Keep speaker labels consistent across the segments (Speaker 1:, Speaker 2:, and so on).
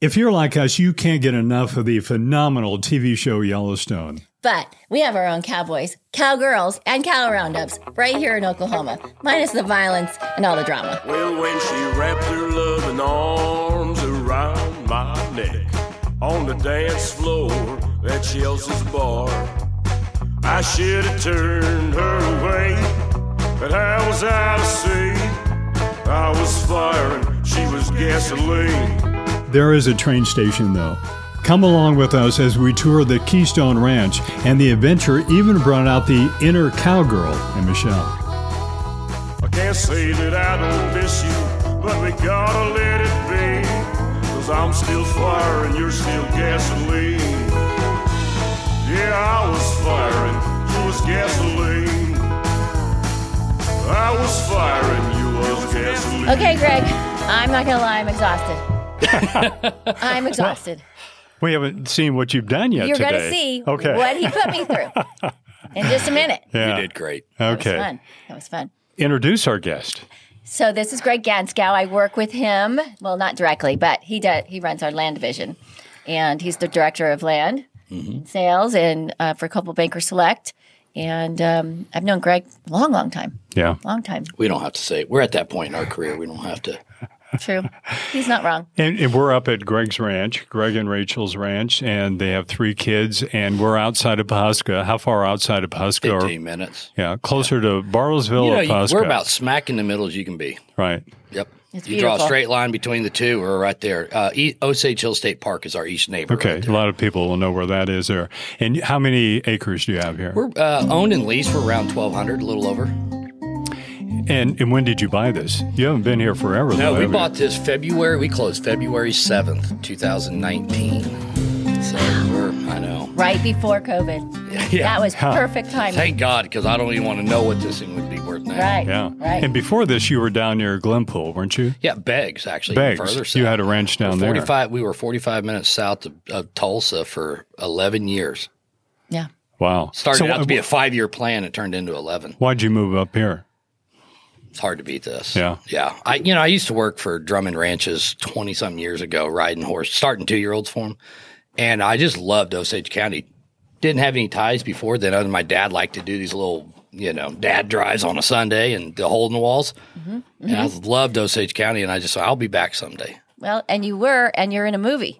Speaker 1: If you're like us, you can't get enough of the phenomenal TV show Yellowstone.
Speaker 2: But we have our own cowboys, cowgirls, and cow roundups right here in Oklahoma, minus the violence and all the drama.
Speaker 3: Well, when she wrapped her loving arms around my neck on the dance floor at Chelsea's bar, I should have turned her away, but I was out of sync. I was firing, she was gasoline.
Speaker 1: There is a train station, though. Come along with us as we tour the Keystone Ranch, and the adventure even brought out the inner cowgirl in Michelle.
Speaker 3: I can't say that I don't miss you, but we gotta let it be. Cause I'm still fire and you're still gasoline. Yeah, I was firing, you was gasoline. I was firing, you was gasoline.
Speaker 2: Okay, Greg, I'm not gonna lie, I'm exhausted. I'm exhausted.
Speaker 1: We haven't seen what you've done yet
Speaker 2: You're
Speaker 1: today.
Speaker 2: gonna see
Speaker 1: Okay.
Speaker 2: what he put me through in just a minute.
Speaker 1: Yeah.
Speaker 4: You did great.
Speaker 2: That was
Speaker 1: Okay.
Speaker 2: fun. That was fun.
Speaker 1: Introduce our guest.
Speaker 2: So this is Greg Ganskow. I work with him. Well, not directly, but he does. He runs our land division, and he's the director of land
Speaker 1: Mm-hmm.
Speaker 2: sales and uh, for Couple Banker Select. And um, I've known Greg a long, long time.
Speaker 1: Yeah.
Speaker 2: Long time.
Speaker 4: We don't have to say we're at that point in our career. We don't have to.
Speaker 2: True. He's not wrong.
Speaker 1: And, and we're up at Greg's ranch, Greg and Rachel's ranch, and they have three kids. And we're outside of Pahuska. How far outside of Pahuska? are-
Speaker 4: Fifteen minutes.
Speaker 1: yeah, closer to Bartlesville
Speaker 4: You know,
Speaker 1: or
Speaker 4: you-
Speaker 1: Pahuska.
Speaker 4: we're about smack in the middle as you can be.
Speaker 1: right.
Speaker 4: Yep.
Speaker 2: It's
Speaker 4: you draw a
Speaker 2: beautiful.
Speaker 4: straight line between the two, we're right there. Uh, e- Osage Hill State Park is our east neighbor.
Speaker 1: Okay, a lot of people will know where that is there. And how many acres do you have here?
Speaker 4: We're uh, owned and leased for around twelve hundred, a little over.
Speaker 1: And and when did you buy this? You haven't been here forever.
Speaker 4: No,
Speaker 1: though,
Speaker 4: we
Speaker 1: have you?
Speaker 4: bought this February. We closed February seventh, two thousand nineteen. So we're, I know.
Speaker 2: Right before COVID. That was perfect timing.
Speaker 4: Thank God, because I don't even want to know what this thing would be worth now.
Speaker 2: right.
Speaker 1: Yeah.
Speaker 2: Right.
Speaker 1: And before this, you were down near Glenpool, weren't you?
Speaker 4: Yeah, Beggs actually.
Speaker 1: Beggs.
Speaker 4: Further south.
Speaker 1: You had a ranch down there.
Speaker 4: 45 we were 45 minutes south of, of tulsa for 11 years
Speaker 2: yeah.
Speaker 1: Wow.
Speaker 4: started
Speaker 1: So uh,
Speaker 4: out to
Speaker 1: wh-
Speaker 4: be a five-year plan it turned into 11
Speaker 1: Why'd you move up here?
Speaker 4: it's hard to beat this
Speaker 1: Yeah.
Speaker 4: yeah i you know i used to work for drummond ranches 20 some years ago riding horse starting two-year-olds for them and i just loved osage county didn't have any ties before then other than my dad liked to do these little you know dad drives on a sunday and the hole in the walls and i loved osage county and i just i'll be back someday
Speaker 2: Well, and you were, and you're in a movie.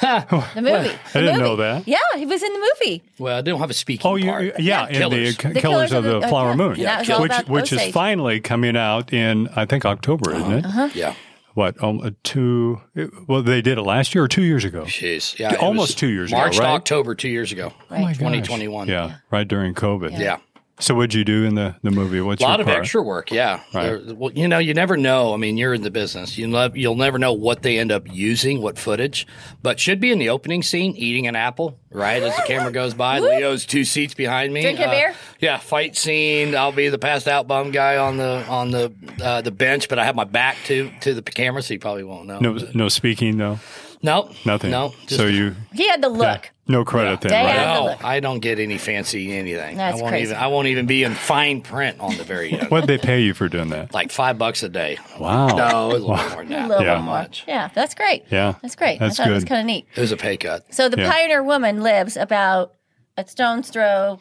Speaker 2: the movie.
Speaker 1: I didn't know that.
Speaker 2: Yeah, he was in the movie.
Speaker 4: well i don't have a speaking
Speaker 1: Oh, you,
Speaker 4: part.
Speaker 1: yeah, in
Speaker 4: Killers.
Speaker 1: the, K- Killers of the, Flower
Speaker 2: yeah.
Speaker 1: Moon,
Speaker 2: And that was all
Speaker 1: which
Speaker 2: about
Speaker 1: which is
Speaker 2: Osage.
Speaker 1: finally coming out in I think October, isn't it?
Speaker 4: yeah
Speaker 1: What um, uh, two? it- Well, they did it last year or two years ago.
Speaker 4: Jeez. Yeah. it
Speaker 1: Almost
Speaker 4: was
Speaker 1: two years ago,
Speaker 4: March to
Speaker 1: right?
Speaker 4: October two years ago.
Speaker 2: Right.
Speaker 1: Oh My gosh.
Speaker 4: 2021.
Speaker 1: Yeah, right during COVID.
Speaker 4: Yeah.
Speaker 1: So what'd you do in the, the movie? What's
Speaker 4: A lot
Speaker 1: your
Speaker 4: of
Speaker 1: part?
Speaker 4: extra work. Yeah.
Speaker 1: Right.
Speaker 4: There- well, you know, you never know. I mean, you're in the business. You love, you'll never know what they end up using, what footage, but should be in the opening scene eating an apple, right? As the camera goes by, Leo's two seats behind me. Uh,
Speaker 2: Drinking beer?
Speaker 4: Yeah. Fight scene. I'll be the passed out bum guy on the, on the, uh, the bench, but I have my back to, to the camera. So you probably won't know.
Speaker 1: No, no speaking though.
Speaker 4: no,
Speaker 1: Nothing.
Speaker 4: No. just-
Speaker 1: so you
Speaker 2: He had the look.
Speaker 1: no credit then,
Speaker 2: Day
Speaker 1: right?
Speaker 2: out.
Speaker 4: no,
Speaker 2: look.
Speaker 4: I don't get any fancy anything.
Speaker 2: That's
Speaker 4: I won't
Speaker 2: crazy.
Speaker 4: even I won't even be in fine print on the very end.
Speaker 1: What'd they pay you for doing that?
Speaker 4: Like five bucks a day.
Speaker 1: Oh. Wow.
Speaker 4: No, it was a little more than that.
Speaker 2: A little
Speaker 1: Yeah.
Speaker 2: bit more. Yeah, that's great.
Speaker 1: Yeah.
Speaker 2: That's great.
Speaker 1: That's
Speaker 2: I thought it was
Speaker 1: good.
Speaker 2: kind of neat.
Speaker 4: It was a pay cut.
Speaker 2: So the
Speaker 1: Yeah.
Speaker 2: pioneer woman lives about a stone's throw,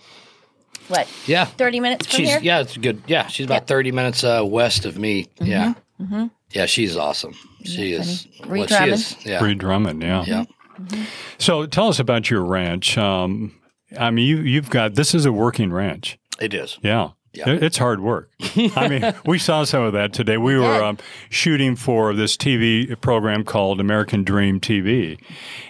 Speaker 2: what,
Speaker 4: Yeah.
Speaker 2: 30 minutes from
Speaker 4: She's
Speaker 2: here?
Speaker 4: yeah, it's good. Yeah, she's about
Speaker 2: Yeah.
Speaker 4: thirty minutes uh, west of me.
Speaker 2: Mm-hmm,
Speaker 4: Yeah. Yeah, she's awesome. She is
Speaker 2: Reed
Speaker 4: well, she is. Yeah.
Speaker 1: Reed Drummond, yeah.
Speaker 4: Yeah.
Speaker 1: So tell us about your ranch. Um, I mean, you, you've got this is a working ranch.
Speaker 4: It is.
Speaker 1: Yeah.
Speaker 4: Yeah.
Speaker 1: It- It's hard work. I mean, we saw some of that today. We were
Speaker 2: did.
Speaker 1: um, shooting for this TV program called American Dream TV,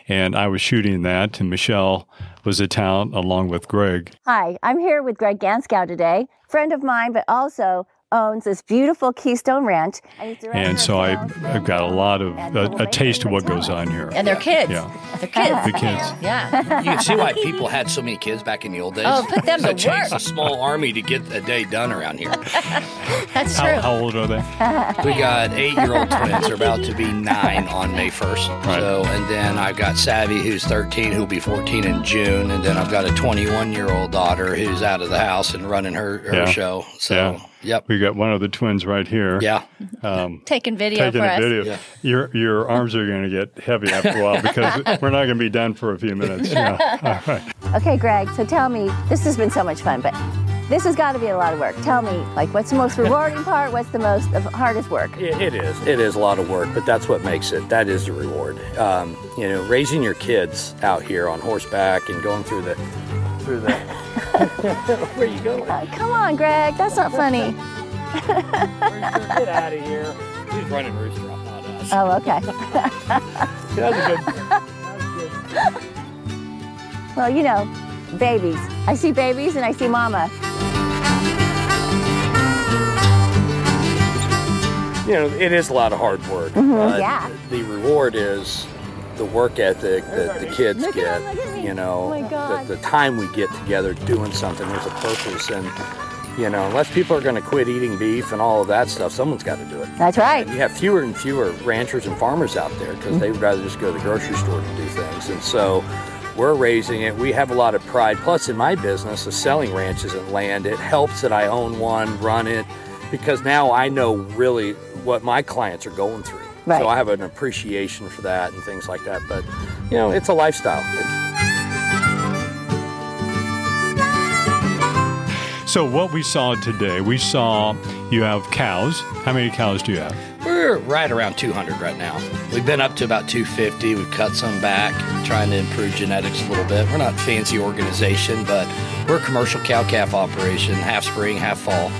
Speaker 1: and I was shooting that, and Michelle was in town along with Greg.
Speaker 2: Hi, I'm here with Greg Ganskow today, friend of mine, but also owns this beautiful Keystone Ranch.
Speaker 1: And so I, I've got a lot of a, a taste of what goes on here.
Speaker 2: And they're kids.
Speaker 1: Yeah.
Speaker 2: They're kids.
Speaker 1: The kids.
Speaker 2: Yeah.
Speaker 4: You can see why people had so many kids back in the old days.
Speaker 2: Oh, put them
Speaker 4: It
Speaker 2: to
Speaker 4: takes a
Speaker 2: work.
Speaker 4: small army to get a day done around here.
Speaker 2: That's true.
Speaker 1: How, how old are they?
Speaker 4: We got eight-year-old twins. They're about to be nine on May first. So, and then I've got Savvy, who's thirteen, who'll be fourteen in June, and then I've got a twenty-one-year-old daughter who's out of the house and running her, her
Speaker 1: Yeah.
Speaker 4: show. So,
Speaker 1: Yeah.
Speaker 4: Yep.
Speaker 1: We got one of the twins right here.
Speaker 4: Yeah.
Speaker 2: Taking video
Speaker 1: Taking
Speaker 2: for
Speaker 1: a
Speaker 2: us.
Speaker 1: video.
Speaker 4: Yeah.
Speaker 1: Your your arms are going to get heavy after a while because we're not going to be done for a few minutes. Yeah.
Speaker 2: Okay, Greg, so tell me, this has been so much fun, but this has got to be a lot of work. Tell me, like, what's the most rewarding part? What's the most of hardest work?
Speaker 5: It, it is. It is a lot of work, but that's what makes it. That is the reward. Um, you know, raising your kids out here on horseback and going through the through the. Where you going?
Speaker 2: Uh, come on, Greg, that's not funny.
Speaker 5: Get out of here. Uh,
Speaker 4: He's running rooster off on us.
Speaker 2: Oh, okay.
Speaker 5: That's a good.
Speaker 2: Well, you know, babies. I see babies and I see mama.
Speaker 5: You know, it is a lot of hard work. but
Speaker 2: yeah.
Speaker 5: The reward is the work ethic that the kids
Speaker 2: Look at
Speaker 5: get.
Speaker 2: him, look at me.
Speaker 5: You know,
Speaker 2: Oh my God.
Speaker 5: The, the time we get together doing something. There's a purpose, and you know, unless people are going to quit eating beef and all of that stuff, someone's got to do it.
Speaker 2: That's right.
Speaker 5: You have fewer and fewer ranchers and farmers out there because they would rather just go to the grocery store to do things. And so we're raising it. We have a lot of pride. Plus, in my business of selling ranches and land, it helps that I own one, run it, because now I know really what my clients are going through.
Speaker 2: Right.
Speaker 5: So I have an appreciation for that and things like that. But, you know, it's a lifestyle.
Speaker 1: So what we saw today, we saw you have cows. How many cows do you have?
Speaker 4: We're right around 200 right now. We've been up to about 250. We've cut some back, trying to improve genetics a little bit. We're not a fancy organization, but we're a commercial cow calf operation, half spring, half fall.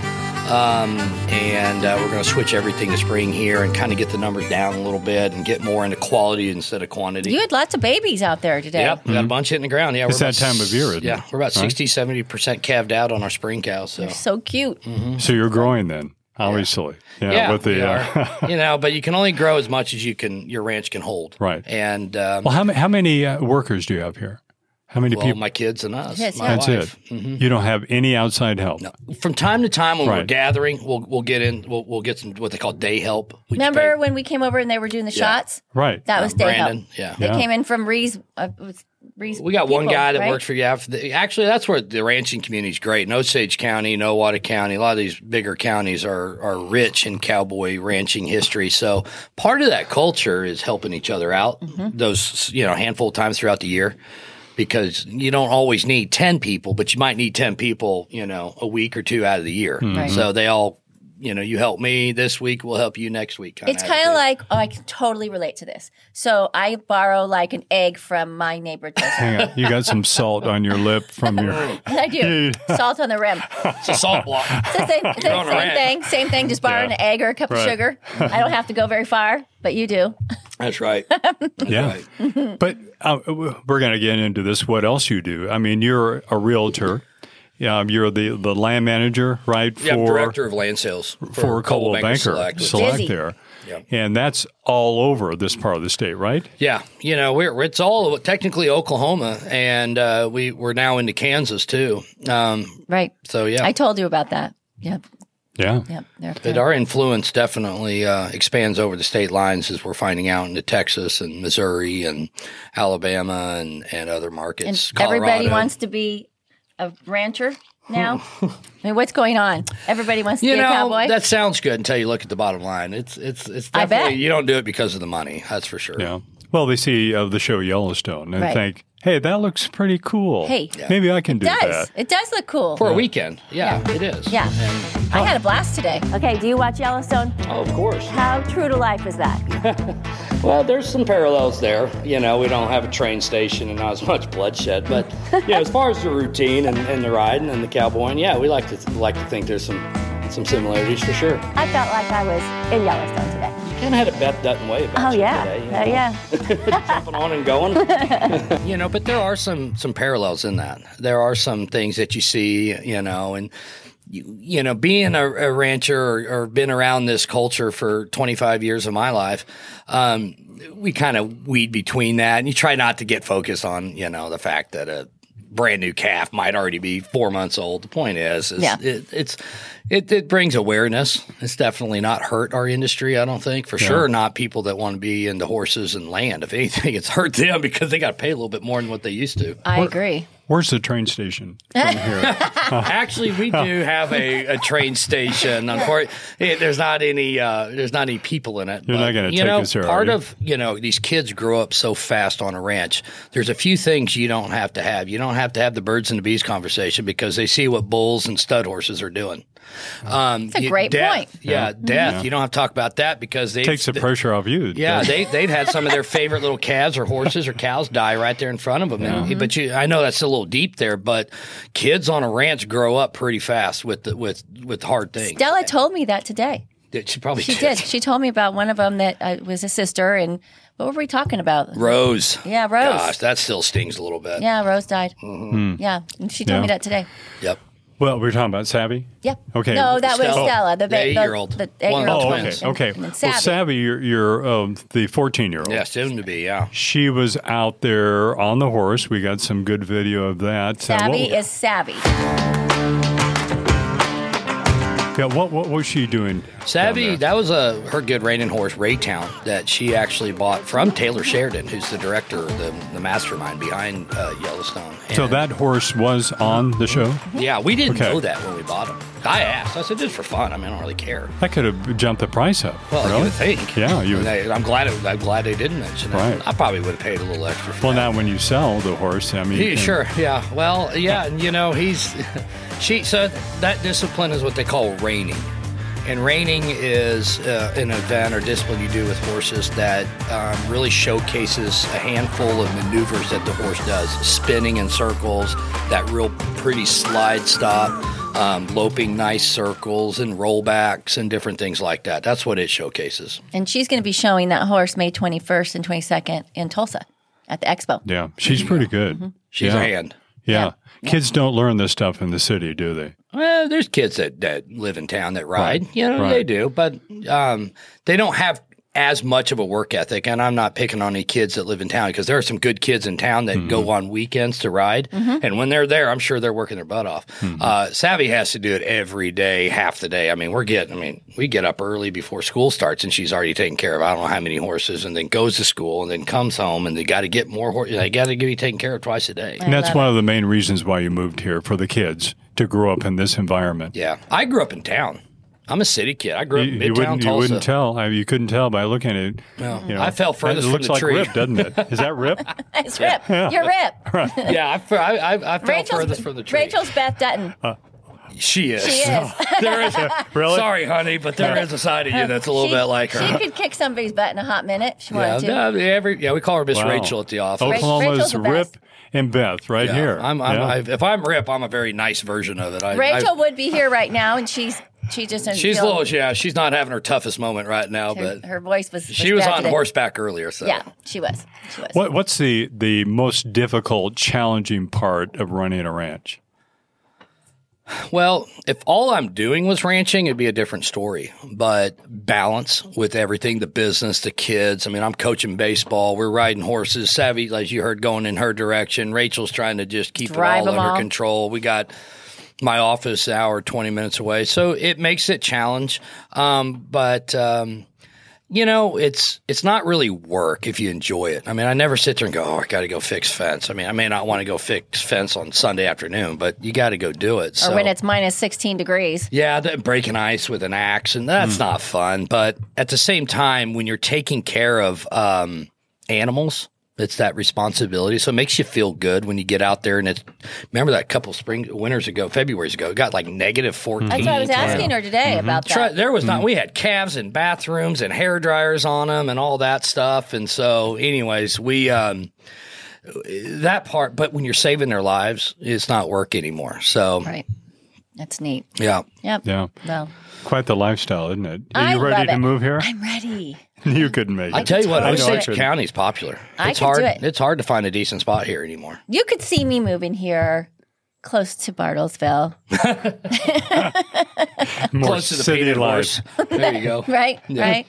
Speaker 4: Um, and uh, we're going to switch everything to spring here and kind of get the numbers down a little bit and get more into quality instead of quantity.
Speaker 2: You had lots of babies out there today.
Speaker 4: Yep, we got a bunch hitting the ground. Yeah,
Speaker 1: Mm-hmm. It's
Speaker 4: we're
Speaker 1: that
Speaker 4: about
Speaker 1: time of year,
Speaker 4: s-
Speaker 1: isn't
Speaker 4: yeah,
Speaker 1: it?
Speaker 4: we're about
Speaker 1: Right?
Speaker 4: 60, 70 percent calved out on our spring cows. So
Speaker 2: They're so cute.
Speaker 1: So you're growing then, obviously. Yeah. with the
Speaker 4: we
Speaker 1: uh,
Speaker 4: are. you know, but you can only grow as much as you can your ranch can hold.
Speaker 1: Right.
Speaker 4: And um,
Speaker 1: well, how many how many uh, workers do you have here? How many
Speaker 4: well,
Speaker 1: people?
Speaker 4: my kids and us.
Speaker 2: Yes,
Speaker 4: my
Speaker 2: yeah.
Speaker 1: That's
Speaker 4: wife. Mm-hmm.
Speaker 1: it. You don't have any outside help.
Speaker 4: From time to time, when we're
Speaker 1: Right.
Speaker 4: gathering, we'll we'll get in. We'll, we'll get some what they call day help. We just
Speaker 2: Remember
Speaker 4: pay-
Speaker 2: when we came over and they were doing the shots?
Speaker 1: Right.
Speaker 2: That was day help.
Speaker 4: Uh, Brandon? Yeah.
Speaker 2: They
Speaker 1: Yeah.
Speaker 2: came in from Reese. Uh, it was Reese
Speaker 4: We got one
Speaker 2: people,
Speaker 4: guy that
Speaker 2: right?
Speaker 4: works for you. Actually, that's where the ranching community is great. In Osage County, in Owata County, a lot of these bigger counties are are rich in cowboy ranching history. So part of that culture is helping each other out
Speaker 2: Mm-hmm.
Speaker 4: those you know handful of times throughout the year because you don't always need ten people, but you might need ten people you know a week or two out of the year.
Speaker 1: Hmm.
Speaker 2: Right.
Speaker 4: So they all you know you help me this week, we'll help you next week. kinda
Speaker 2: It's kind
Speaker 4: attitude.
Speaker 2: of like oh, I can totally relate to this. So I borrow like an egg from my neighbor. Jason.
Speaker 1: Hang on. You got some salt on your lip from
Speaker 4: Oh,
Speaker 1: your.
Speaker 2: I do salt on the rim.
Speaker 4: it's a salt block.
Speaker 2: It's the same, it's the
Speaker 4: You're on a
Speaker 2: same
Speaker 4: rant.
Speaker 2: thing. Same thing. Just borrowing
Speaker 1: Yeah.
Speaker 2: an egg or a cup
Speaker 1: Right.
Speaker 2: of sugar. I don't have to go very far, but you do.
Speaker 4: That's right.
Speaker 1: Yeah.
Speaker 4: Right.
Speaker 1: But uh, we're going to get into this. What else you do? I mean, you're a realtor. Um, you're the, the land manager, right?
Speaker 4: Yeah,
Speaker 1: for
Speaker 4: director of land sales
Speaker 1: for Coldwell Banker,
Speaker 4: Select, which-
Speaker 1: select
Speaker 2: Busy.
Speaker 1: there,
Speaker 4: Yeah.
Speaker 1: and that's all over this part of the state, right?
Speaker 4: Yeah, you know, we're it's all technically Oklahoma, and uh, we we're now into Kansas too. Um,
Speaker 2: Right.
Speaker 4: so yeah,
Speaker 2: I told you about that. Yep.
Speaker 1: Yeah.
Speaker 2: Yep. They're up
Speaker 4: but
Speaker 2: there.
Speaker 4: our influence definitely uh, expands over the state lines as we're finding out into Texas and Missouri and Alabama and, and other markets.
Speaker 2: and everybody
Speaker 4: Colorado.
Speaker 2: wants to be a rancher now. I mean, what's going on? Everybody wants to
Speaker 4: You
Speaker 2: be
Speaker 4: know
Speaker 2: a cowboy.
Speaker 4: that sounds good until you look at the bottom line. It's it's it's
Speaker 2: I bet.
Speaker 4: definitely you don't do it because of the money. That's for sure.
Speaker 1: Yeah. Well, they see uh, the show Yellowstone and
Speaker 2: Right.
Speaker 1: think, "Hey, that looks pretty cool.
Speaker 2: Hey.
Speaker 1: maybe I can do
Speaker 2: it does.
Speaker 1: that."
Speaker 2: It does look cool.
Speaker 4: For a weekend, yeah, it is.
Speaker 2: Yeah.
Speaker 4: And-
Speaker 2: I had a blast today. Okay, do you watch Yellowstone?
Speaker 4: oh, of course.
Speaker 2: How true to life is that?
Speaker 4: Well, there's some parallels there. You know, we don't have a train station and not as much bloodshed, but you know, as far as the routine and, and the riding and the cowboying, yeah, we like to like to think there's some some similarities for sure.
Speaker 2: I felt like I was in Yellowstone today.
Speaker 4: Kind of had a Beth Dutton way about
Speaker 2: Oh
Speaker 4: you
Speaker 2: yeah.
Speaker 4: today. you
Speaker 2: Oh
Speaker 4: know,
Speaker 2: yeah.
Speaker 4: Jumping on and going. you know, but there are some some parallels in that. There are some things that you see, you know, and you, you know, being a, a rancher or, or been around this culture for 25 years of my life, um, we kind of weed between that, and you try not to get focused on, you know, the fact that a brand new calf might already be four months old. The point is, is
Speaker 2: Yeah.
Speaker 4: it, it's it, it brings awareness. It's definitely not hurt our industry, I don't think, for sure. Not people that want to be into horses and land. If anything, it's hurt them because they got to pay a little bit more than what they used to.
Speaker 2: I agree.
Speaker 1: Where's the train station from here?
Speaker 4: Actually, we do have a, a train station. Unfortunately, there's not any uh, there's not any people in it.
Speaker 1: You're not
Speaker 4: but,
Speaker 1: gonna
Speaker 4: you
Speaker 1: take
Speaker 4: know,
Speaker 1: us there, are
Speaker 4: Part
Speaker 1: you?
Speaker 4: of you know these kids grow up so fast on a ranch. There's a few things you don't have to have. You don't have to have the birds and the bees conversation because they see what bulls and stud horses are doing. Um,
Speaker 2: a
Speaker 4: you-
Speaker 2: great point.
Speaker 4: death- Yeah, death. You don't have to talk about that because they
Speaker 1: Takes the pressure off you.
Speaker 4: yeah,
Speaker 1: doesn't it?
Speaker 4: they they've had some of their favorite little calves or horses or cows die right there in front of them. And- But you, I know that's a little deep there, but kids on a ranch grow up pretty fast with the, with with hard things.
Speaker 2: Della told me that today.
Speaker 4: That she probably
Speaker 2: She did. She told me about one of them that uh, was a sister, and what were we talking about?
Speaker 4: Rose.
Speaker 2: Yeah, Rose.
Speaker 4: Gosh, that still stings a little bit.
Speaker 2: Yeah, Rose died. Yeah, and she told
Speaker 1: Yeah.
Speaker 2: me that today.
Speaker 4: Yep.
Speaker 1: Well, we we're talking about Savvy?
Speaker 2: Yeah.
Speaker 1: Okay.
Speaker 2: No, that was
Speaker 4: Stella.
Speaker 2: Stella, the,
Speaker 4: The
Speaker 2: ba-
Speaker 4: eight-year-old.
Speaker 2: the
Speaker 4: One
Speaker 2: eight-year-old
Speaker 4: of the
Speaker 1: Oh, okay. Okay.
Speaker 4: twins.
Speaker 2: And
Speaker 1: Well,
Speaker 2: Savvy.
Speaker 1: Savvy, you're, you're um, the 14 year old.
Speaker 4: Yeah, soon to be. Yeah.
Speaker 1: She was out there on the horse. We got some good video of that. Uh,
Speaker 2: Savvy
Speaker 1: what,
Speaker 2: is savvy.
Speaker 1: yeah, what, what was she doing?
Speaker 4: Savvy,
Speaker 1: down there?
Speaker 4: that was a her good reining horse, Raytown, that she actually bought from Taylor Sheridan, who's the director, the, the mastermind behind uh, Yellowstone.
Speaker 1: So
Speaker 4: And-
Speaker 1: that horse was on the show?
Speaker 4: Yeah, we didn't
Speaker 1: Okay.
Speaker 4: know that when we bought them. I asked. I said, just for fun. I mean, I don't really care.
Speaker 1: That could have jumped the price up.
Speaker 4: Well,
Speaker 1: really?
Speaker 4: you would think.
Speaker 1: Yeah, you would-
Speaker 4: And I, am glad. It, I'm glad they didn't mention it.
Speaker 1: Right.
Speaker 4: I probably would have paid a little extra. For
Speaker 1: Well,
Speaker 4: that.
Speaker 1: now when you sell the horse, I mean.
Speaker 4: He-
Speaker 1: and-
Speaker 4: sure. Yeah. Well, yeah. And you know, he's she. So that discipline is what they call reining, and reining is uh, an event or discipline you do with horses that um, really showcases a handful of maneuvers that the horse does: spinning in circles, that real pretty slide stop. Um, loping nice circles and rollbacks and different things like that. That's what it showcases.
Speaker 2: And she's going to be showing that horse May 21st and 22nd in Tulsa at the expo.
Speaker 1: Yeah, she's pretty good.
Speaker 4: She's
Speaker 1: yeah.
Speaker 4: a hand.
Speaker 1: Yeah. Kids don't learn this stuff in the city, do they?
Speaker 4: Well, there's kids that, that live in town that ride.
Speaker 1: Right,
Speaker 4: You know,
Speaker 1: right.
Speaker 4: they do, but um, they don't have as much of a work ethic. And I'm not picking on any kids that live in town because there are some good kids in town that go
Speaker 1: Mm-hmm.
Speaker 4: on weekends to ride. And when they're there, I'm sure they're working their butt off.
Speaker 1: Mm-hmm.
Speaker 4: Uh, Savvy has to do it every day, half the day. I mean, we're getting, I mean, we get up early before school starts and she's already taken care of I don't know how many horses and then goes to school and then comes home and they got to get more horses. They got to be taken care of twice a day.
Speaker 1: And that's one of the main reasons why you moved here for the kids to grow up in this environment.
Speaker 4: Yeah, I grew up in town. I'm a city kid. I grew up
Speaker 1: You,
Speaker 4: in
Speaker 1: you
Speaker 4: Midtown
Speaker 1: wouldn't, you
Speaker 4: Tulsa.
Speaker 1: wouldn't tell. I, you couldn't tell by looking at it. you know.
Speaker 4: I fell
Speaker 1: That
Speaker 4: furthest from
Speaker 1: looks
Speaker 4: the
Speaker 1: like
Speaker 4: tree.
Speaker 1: Rip, doesn't it? Is that Rip?
Speaker 2: It's Rip. You're Rip.
Speaker 4: Yeah, I, fe- I, I, I fell furthest
Speaker 2: Rachel's,
Speaker 4: from the tree.
Speaker 2: Rachel's Beth Dutton.
Speaker 4: she is.
Speaker 2: She is.
Speaker 4: there is. A,
Speaker 1: Really?
Speaker 4: Sorry, honey, but there is a side of you that's a little
Speaker 2: She-
Speaker 4: bit like
Speaker 2: She
Speaker 4: her.
Speaker 2: could kick somebody's butt in a hot minute if she
Speaker 4: Yeah,
Speaker 2: wanted to.
Speaker 4: no, every, yeah, we call her Miss
Speaker 1: Wow.
Speaker 4: Rachel at the office.
Speaker 1: Oklahoma's
Speaker 2: Rachel's the
Speaker 1: Rip
Speaker 2: best.
Speaker 1: and Beth right
Speaker 4: Yeah,
Speaker 1: here.
Speaker 4: I'm, I'm,
Speaker 1: Yeah.
Speaker 4: I, if I'm Rip, I'm a very nice version of it. I,
Speaker 2: Rachel
Speaker 4: I,
Speaker 2: would be here right now, and she's she just doesn't
Speaker 4: she's a
Speaker 2: feel-
Speaker 4: little. Yeah, she's not having her toughest moment right now,
Speaker 2: her,
Speaker 4: but
Speaker 2: her voice was.
Speaker 4: she was
Speaker 2: bad
Speaker 4: on
Speaker 2: today.
Speaker 4: horseback earlier. So
Speaker 2: Yeah, she was. She was.
Speaker 1: What, what's the, the most difficult, challenging part of running a ranch?
Speaker 4: Well, if all I'm doing was ranching, it'd be a different story. But balance with everything the business, the kids. I mean, I'm coaching baseball. We're riding horses. Savvy, as you heard, going in her direction. Rachel's trying to just keep
Speaker 2: Drive
Speaker 4: it
Speaker 2: 'em
Speaker 4: all under
Speaker 2: all.
Speaker 4: control. We got my office an hour, 20 minutes away. So it makes it challenge. Um, but. Um, you know, it's it's not really work if you enjoy it. I mean, I never sit there and go, "Oh, I got to go fix fence." I mean, I may not want to go fix fence on Sunday afternoon, but you got to go do it.
Speaker 2: or
Speaker 4: so.
Speaker 2: when it's minus 16 degrees.
Speaker 4: Yeah, the breaking ice with an axe, and that's not fun. But at the same time, when you're taking care of um, animals, it's that responsibility. So it makes you feel good when you get out there. And it's remember that couple spring winters ago, February's ago, it got like negative fourteen.
Speaker 2: That's what I was asking her
Speaker 1: Mm-hmm.
Speaker 2: today about that.
Speaker 4: Try- there was not. We had calves and bathrooms and hair dryers on them and all that stuff. And so, anyways, we um, that part. But when you're saving their lives, it's not work anymore. So
Speaker 2: Right. That's neat.
Speaker 4: yeah.
Speaker 2: Yep.
Speaker 1: Yeah.
Speaker 2: Well,
Speaker 1: Quite the lifestyle, isn't it? Are
Speaker 2: I
Speaker 1: you ready
Speaker 2: love
Speaker 1: to
Speaker 2: it.
Speaker 1: move here?
Speaker 2: I'm ready.
Speaker 1: you couldn't make it.
Speaker 4: I tell you what,
Speaker 1: I know I
Speaker 4: Osage
Speaker 1: couldn't.
Speaker 4: County's popular.
Speaker 2: I
Speaker 4: it's
Speaker 2: could
Speaker 4: hard.
Speaker 2: do it.
Speaker 4: It's hard to find a decent spot here anymore.
Speaker 2: You could see me moving here close to Bartlesville,
Speaker 1: More
Speaker 4: Close to the
Speaker 1: city
Speaker 4: painted
Speaker 1: life.
Speaker 4: horse. There you go.
Speaker 2: right? Right?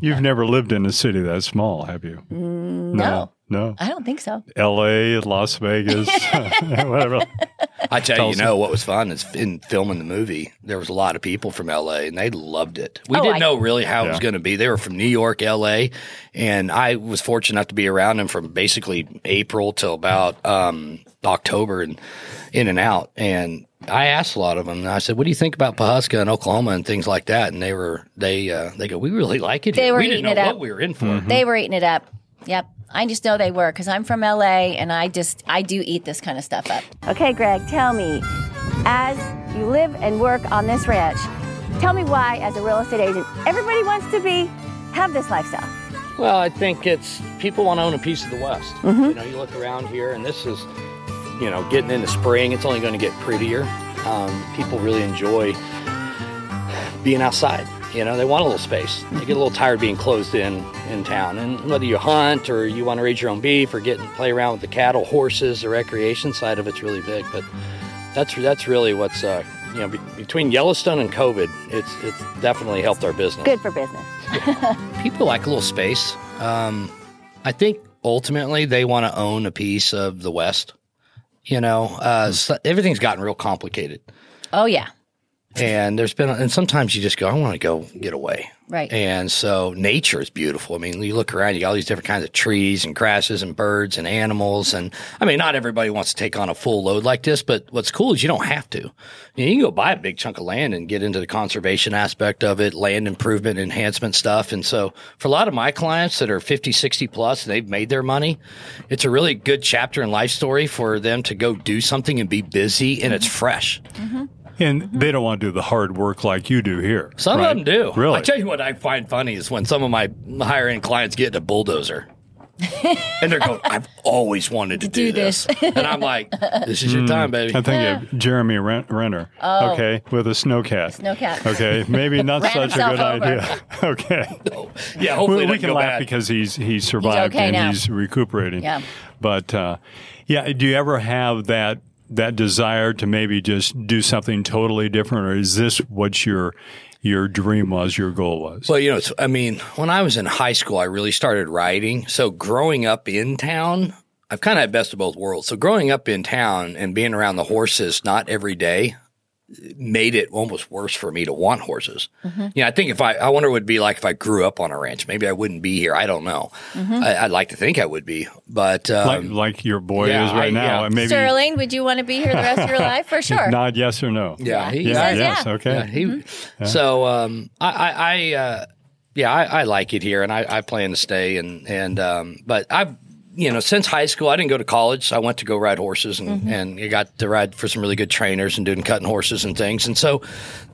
Speaker 1: You've never lived in a city that small, have you?
Speaker 2: Mm,
Speaker 1: No. No.
Speaker 2: I don't think so.
Speaker 1: L.A., Las Vegas, whatever.
Speaker 4: I tell you,
Speaker 1: Tells
Speaker 4: you know what was fun is in filming the movie. There was a lot of people from L.A. and they loved it. We
Speaker 2: Oh,
Speaker 4: didn't
Speaker 2: I-
Speaker 4: know really how it was
Speaker 1: Yeah.
Speaker 4: going to be. They were from New York, L.A., and I was fortunate enough to be around them from basically April till about um, October and in and out. And I asked a lot of them. And I said, "What do you think about Pahuska and Oklahoma and things like that?" And they were they uh, they go, "We really like it.
Speaker 2: They
Speaker 4: here.
Speaker 2: were
Speaker 4: we didn't
Speaker 2: eating
Speaker 4: know
Speaker 2: it
Speaker 4: what
Speaker 2: up.
Speaker 4: we were in for."
Speaker 1: Mm-hmm.
Speaker 2: They were eating it up. Yep. I just know they were because I'm from LA and I just, I do eat this kind of stuff up. Okay, Greg, tell me, as you live and work on this ranch, tell me why, as a real estate agent, everybody wants to be, have this lifestyle.
Speaker 5: Well, I think it's people want to own a piece of the West. You know, you look around here, and this is, you know, getting into spring. It's only going to get prettier. Um, people really enjoy being outside. You know, they want a little space. They get a little tired of being closed in in town. And whether you hunt or you want to raise your own beef or get and play around with the cattle, horses, the recreation side of it's really big. But that's that's really what's uh, you know be, between Yellowstone and COVID, it's it's definitely helped our business.
Speaker 2: Good for business.
Speaker 4: people like a little space. Um, I think ultimately they want to own a piece of the West. You know, uh, so- everything's gotten real complicated,
Speaker 2: Oh, yeah.
Speaker 4: and there's been, and sometimes you just go, I want to go get away.
Speaker 2: Right.
Speaker 4: And so nature is beautiful. I mean, you look around, you got all these different kinds of trees and grasses and birds and animals. And I mean, not everybody wants to take on a full load like this, but what's cool is you don't have to. You, know, you can go buy a big chunk of land and get into the conservation aspect of it, land improvement, enhancement stuff. And so for a lot of my clients that are 50, 60 plus, and they've made their money, it's a really good chapter in life story for them to go do something and be busy and it's fresh.
Speaker 1: And
Speaker 2: Mm-hmm.
Speaker 1: they don't want to do the hard work like you do here.
Speaker 4: Some
Speaker 1: right?
Speaker 4: of them do.
Speaker 1: Really?
Speaker 4: I tell you what I find funny is when some of my higher end clients get a bulldozer. and they're going, I've always wanted to, do,
Speaker 2: do
Speaker 4: this. and I'm like, this
Speaker 1: Hmm.
Speaker 4: is your time, baby.
Speaker 1: I think of Jeremy Ren- Renner. Okay, with a snowcat.
Speaker 2: Snowcat.
Speaker 1: Okay, maybe not
Speaker 2: Oh. Ran
Speaker 1: such a
Speaker 2: himself
Speaker 1: good
Speaker 2: over.
Speaker 1: idea. okay.
Speaker 4: Yeah, hopefully
Speaker 1: we,
Speaker 4: it
Speaker 1: we
Speaker 4: doesn't
Speaker 1: can
Speaker 4: go
Speaker 1: laugh
Speaker 4: bad.
Speaker 1: because he's he survived
Speaker 2: okay
Speaker 1: and
Speaker 2: now.
Speaker 1: he's recuperating.
Speaker 2: Yeah.
Speaker 1: But uh, yeah, do you ever have that that desire to maybe just do something totally different, or is this what your your dream was, your goal was?
Speaker 4: Well, you know, it's, I mean, when I was in high school, I really started writing. So growing up in town, I've kind of had best of both worlds. So growing up in town and being around the horses not every day made it almost worse for me to want horses. Yeah, I think if I, I wonder what it'd be like if I grew up on a ranch. Maybe I wouldn't be here. I don't know. I, I'd like to think I would be, but um,
Speaker 1: like like your boy
Speaker 4: yeah,
Speaker 1: is right
Speaker 4: I-
Speaker 1: now,
Speaker 4: yeah.
Speaker 1: and maybe
Speaker 2: Sterling, would you want to be here the rest of your life? For sure.
Speaker 1: nod yes or no.
Speaker 4: yeah, he-
Speaker 1: Yeah,
Speaker 2: says
Speaker 1: yes,
Speaker 2: yeah.
Speaker 1: okay.
Speaker 4: Yeah, he, So um, I, I, I uh, yeah, I, I like it here, and I, I plan to stay. And and um, but I've you know since high school, I didn't go to college. So I went to go ride horses, and
Speaker 2: Mm-hmm.
Speaker 4: and I got to ride for some really good trainers and doing cutting horses and things. And so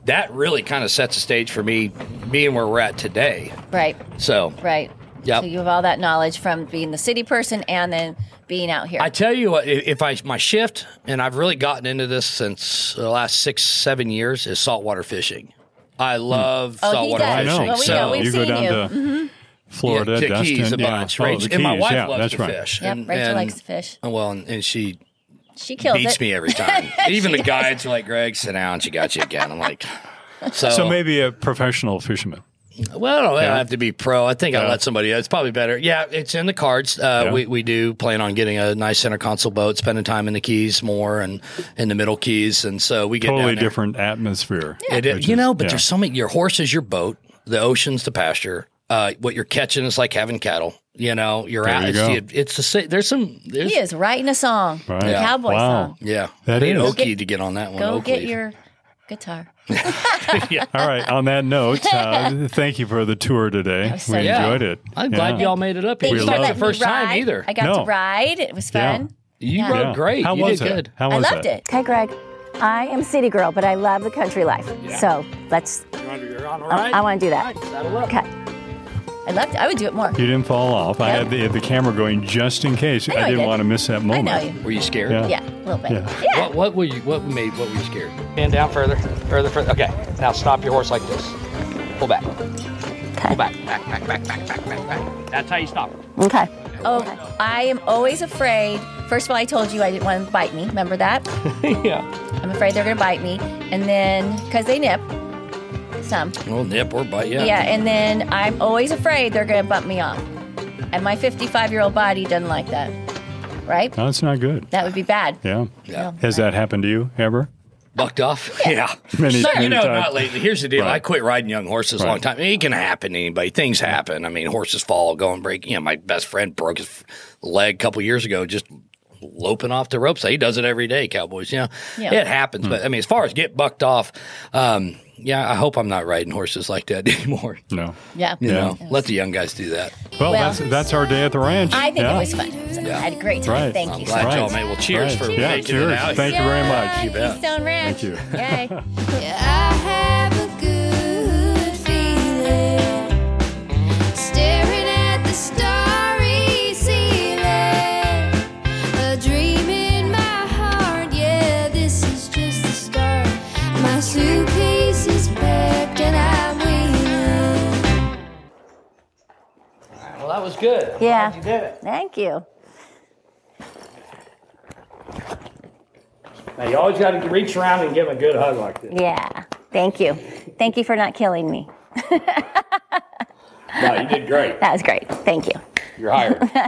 Speaker 4: that really kind of sets the stage for me being where we're at today.
Speaker 2: Right,
Speaker 4: So
Speaker 2: right.
Speaker 4: Yep.
Speaker 2: So you have all that knowledge from being the city person and then being out here.
Speaker 4: I tell you what, i- if I my shift, and I've really gotten into this since the last six, seven years, is saltwater fishing. I love
Speaker 2: Oh, he
Speaker 4: saltwater
Speaker 2: does.
Speaker 1: I know.
Speaker 4: fishing.
Speaker 2: Well, we
Speaker 4: so,
Speaker 2: know, we've
Speaker 1: you go
Speaker 2: seen
Speaker 1: down
Speaker 2: you.
Speaker 1: to Florida,
Speaker 4: Mm-hmm. yeah, to
Speaker 1: Destin,
Speaker 4: Keys a
Speaker 1: yeah,
Speaker 4: bunch,
Speaker 1: oh,
Speaker 4: Rachel,
Speaker 1: the
Speaker 4: and my
Speaker 1: Keys,
Speaker 4: wife
Speaker 1: yeah,
Speaker 4: loves
Speaker 1: that's
Speaker 4: to
Speaker 1: right.
Speaker 4: fish.
Speaker 2: Yep,
Speaker 4: and,
Speaker 2: Rachel
Speaker 4: and-
Speaker 2: likes to fish.
Speaker 4: and Well, and, and she
Speaker 2: she kills
Speaker 4: beats
Speaker 2: it.
Speaker 4: me every time. Even the guides are like, "Greg, sit down." She got you again. I'm like, so,
Speaker 1: So maybe a professional fisherman.
Speaker 4: well, I don't have to be pro. I think I'll let somebody. It's probably better. Yeah, it's in the cards. Uh,
Speaker 1: Yeah.
Speaker 4: We we do plan on getting a nice center console boat, spending time in the Keys more and in the Middle Keys, and so we get down
Speaker 1: Totally
Speaker 4: there.
Speaker 1: different atmosphere.
Speaker 4: It is-
Speaker 1: which
Speaker 4: you
Speaker 1: is-
Speaker 4: know, but
Speaker 1: yeah.
Speaker 4: there's so many. Your horse is your boat. The ocean's the pasture. Uh, what you're catching is like having cattle. You know, you're
Speaker 1: There
Speaker 4: out.
Speaker 1: you
Speaker 4: it's,
Speaker 1: go.
Speaker 4: the- it's the sa- there's some. There's,
Speaker 2: He is writing a song,
Speaker 1: Right.
Speaker 2: a
Speaker 1: Yeah.
Speaker 2: cowboy
Speaker 1: Wow.
Speaker 2: song.
Speaker 4: Yeah,
Speaker 1: That
Speaker 4: Need
Speaker 1: is.
Speaker 4: Oakley
Speaker 2: Get-
Speaker 4: to get on that one.
Speaker 2: Go
Speaker 4: Oakley.
Speaker 2: get your guitar.
Speaker 1: All right. On that note, uh, thank you for the tour today.
Speaker 2: was so
Speaker 1: We
Speaker 2: good.
Speaker 4: Yeah.
Speaker 1: enjoyed it.
Speaker 4: I'm glad
Speaker 1: Yeah.
Speaker 4: y'all made it up here.
Speaker 1: We
Speaker 2: Thank
Speaker 4: It's
Speaker 2: you for
Speaker 4: not
Speaker 1: love
Speaker 4: your
Speaker 2: letting me
Speaker 4: first time
Speaker 2: ride.
Speaker 4: either.
Speaker 2: I got
Speaker 1: No.
Speaker 2: to ride. It was
Speaker 1: Yeah.
Speaker 2: fun.
Speaker 4: you
Speaker 2: Yeah.
Speaker 4: rode
Speaker 1: Yeah.
Speaker 4: great.
Speaker 1: How
Speaker 4: you
Speaker 1: was
Speaker 4: did
Speaker 1: it?
Speaker 4: good.
Speaker 1: How
Speaker 2: I
Speaker 1: was
Speaker 2: loved
Speaker 1: that?
Speaker 2: it. Hey, Greg. I am city girl, but I love the country life. So let's.
Speaker 5: You're on a
Speaker 2: I-
Speaker 5: ride.
Speaker 2: I want to do that.
Speaker 5: All right, saddle up.
Speaker 2: Okay. I loved it. I would do it more.
Speaker 1: You didn't fall off. I
Speaker 2: Yeah.
Speaker 1: had the, had the camera going just in case. I,
Speaker 2: know I
Speaker 1: didn't
Speaker 2: did.
Speaker 1: want to miss that
Speaker 2: I
Speaker 1: moment.
Speaker 2: know you.
Speaker 4: Were you scared?
Speaker 1: Yeah.
Speaker 2: Yeah, a little bit.
Speaker 1: Yeah.
Speaker 2: yeah.
Speaker 4: What, what were you? What made? What were you scared?
Speaker 5: Stand down further, further, further. Okay, now stop your horse like this. Pull back. Pull back. Back, back, back, back, back, back, back. That's how you stop.
Speaker 2: Okay. Oh, I am always afraid. First of all, I told you I didn't want them to bite me. Remember that?
Speaker 5: yeah.
Speaker 2: I'm afraid they're going to bite me. And then, because they nip some.
Speaker 4: Well, nip or bite. Yeah.
Speaker 2: Yeah. and then I'm always afraid they're going to bump me off. And my 55 year old body doesn't like that. right?
Speaker 1: No, it's not good.
Speaker 2: That would be bad.
Speaker 1: Yeah.
Speaker 4: Yeah.
Speaker 1: Has that happened to you ever?
Speaker 4: Bucked off. Yeah.
Speaker 1: Many,
Speaker 4: Sure,
Speaker 1: many
Speaker 4: you know,
Speaker 1: times.
Speaker 4: not lately. Here's the deal.
Speaker 1: Right.
Speaker 4: I quit riding young horses a long
Speaker 1: Right.
Speaker 4: time. It can happen to anybody. Things happen. I mean, horses fall, go and break. You know, my best friend broke his f- leg a couple years ago just loping off the ropes. He does it every day, Cowboys. You know,
Speaker 2: Yeah.
Speaker 4: it happens.
Speaker 1: Hmm.
Speaker 4: But I mean, as far as get bucked off, um, yeah, I hope I'm not riding horses like that anymore.
Speaker 1: No.
Speaker 2: Yeah.
Speaker 4: You know, let the young guys do that.
Speaker 1: Well,
Speaker 2: Well-
Speaker 1: that's that's our day at the ranch.
Speaker 2: I think
Speaker 1: Yeah.
Speaker 2: it was fun. So I had a great time.
Speaker 1: Right.
Speaker 2: Thank you so
Speaker 4: Glad
Speaker 1: Right.
Speaker 4: y'all made. Well, cheers
Speaker 1: Right.
Speaker 4: for
Speaker 1: Yeah,
Speaker 4: making
Speaker 1: cheers.
Speaker 4: it out.
Speaker 1: Thank you very much.
Speaker 2: Yay,
Speaker 4: You bet.
Speaker 2: Keystone Ranch.
Speaker 1: Thank you.
Speaker 2: Yay.
Speaker 6: I have a good feeling staring at the starry ceiling. A dream in my heart, yeah, this is just the start. My suitcase is packed and I'm wheeling.
Speaker 4: Well, that was good.
Speaker 2: Yeah. Thank you.
Speaker 7: Now you always got to reach around and give them a good hug like this.
Speaker 2: Yeah. Thank you. Thank you for not killing me.
Speaker 7: No, you did great.
Speaker 2: That was great. Thank you.
Speaker 5: You're hired.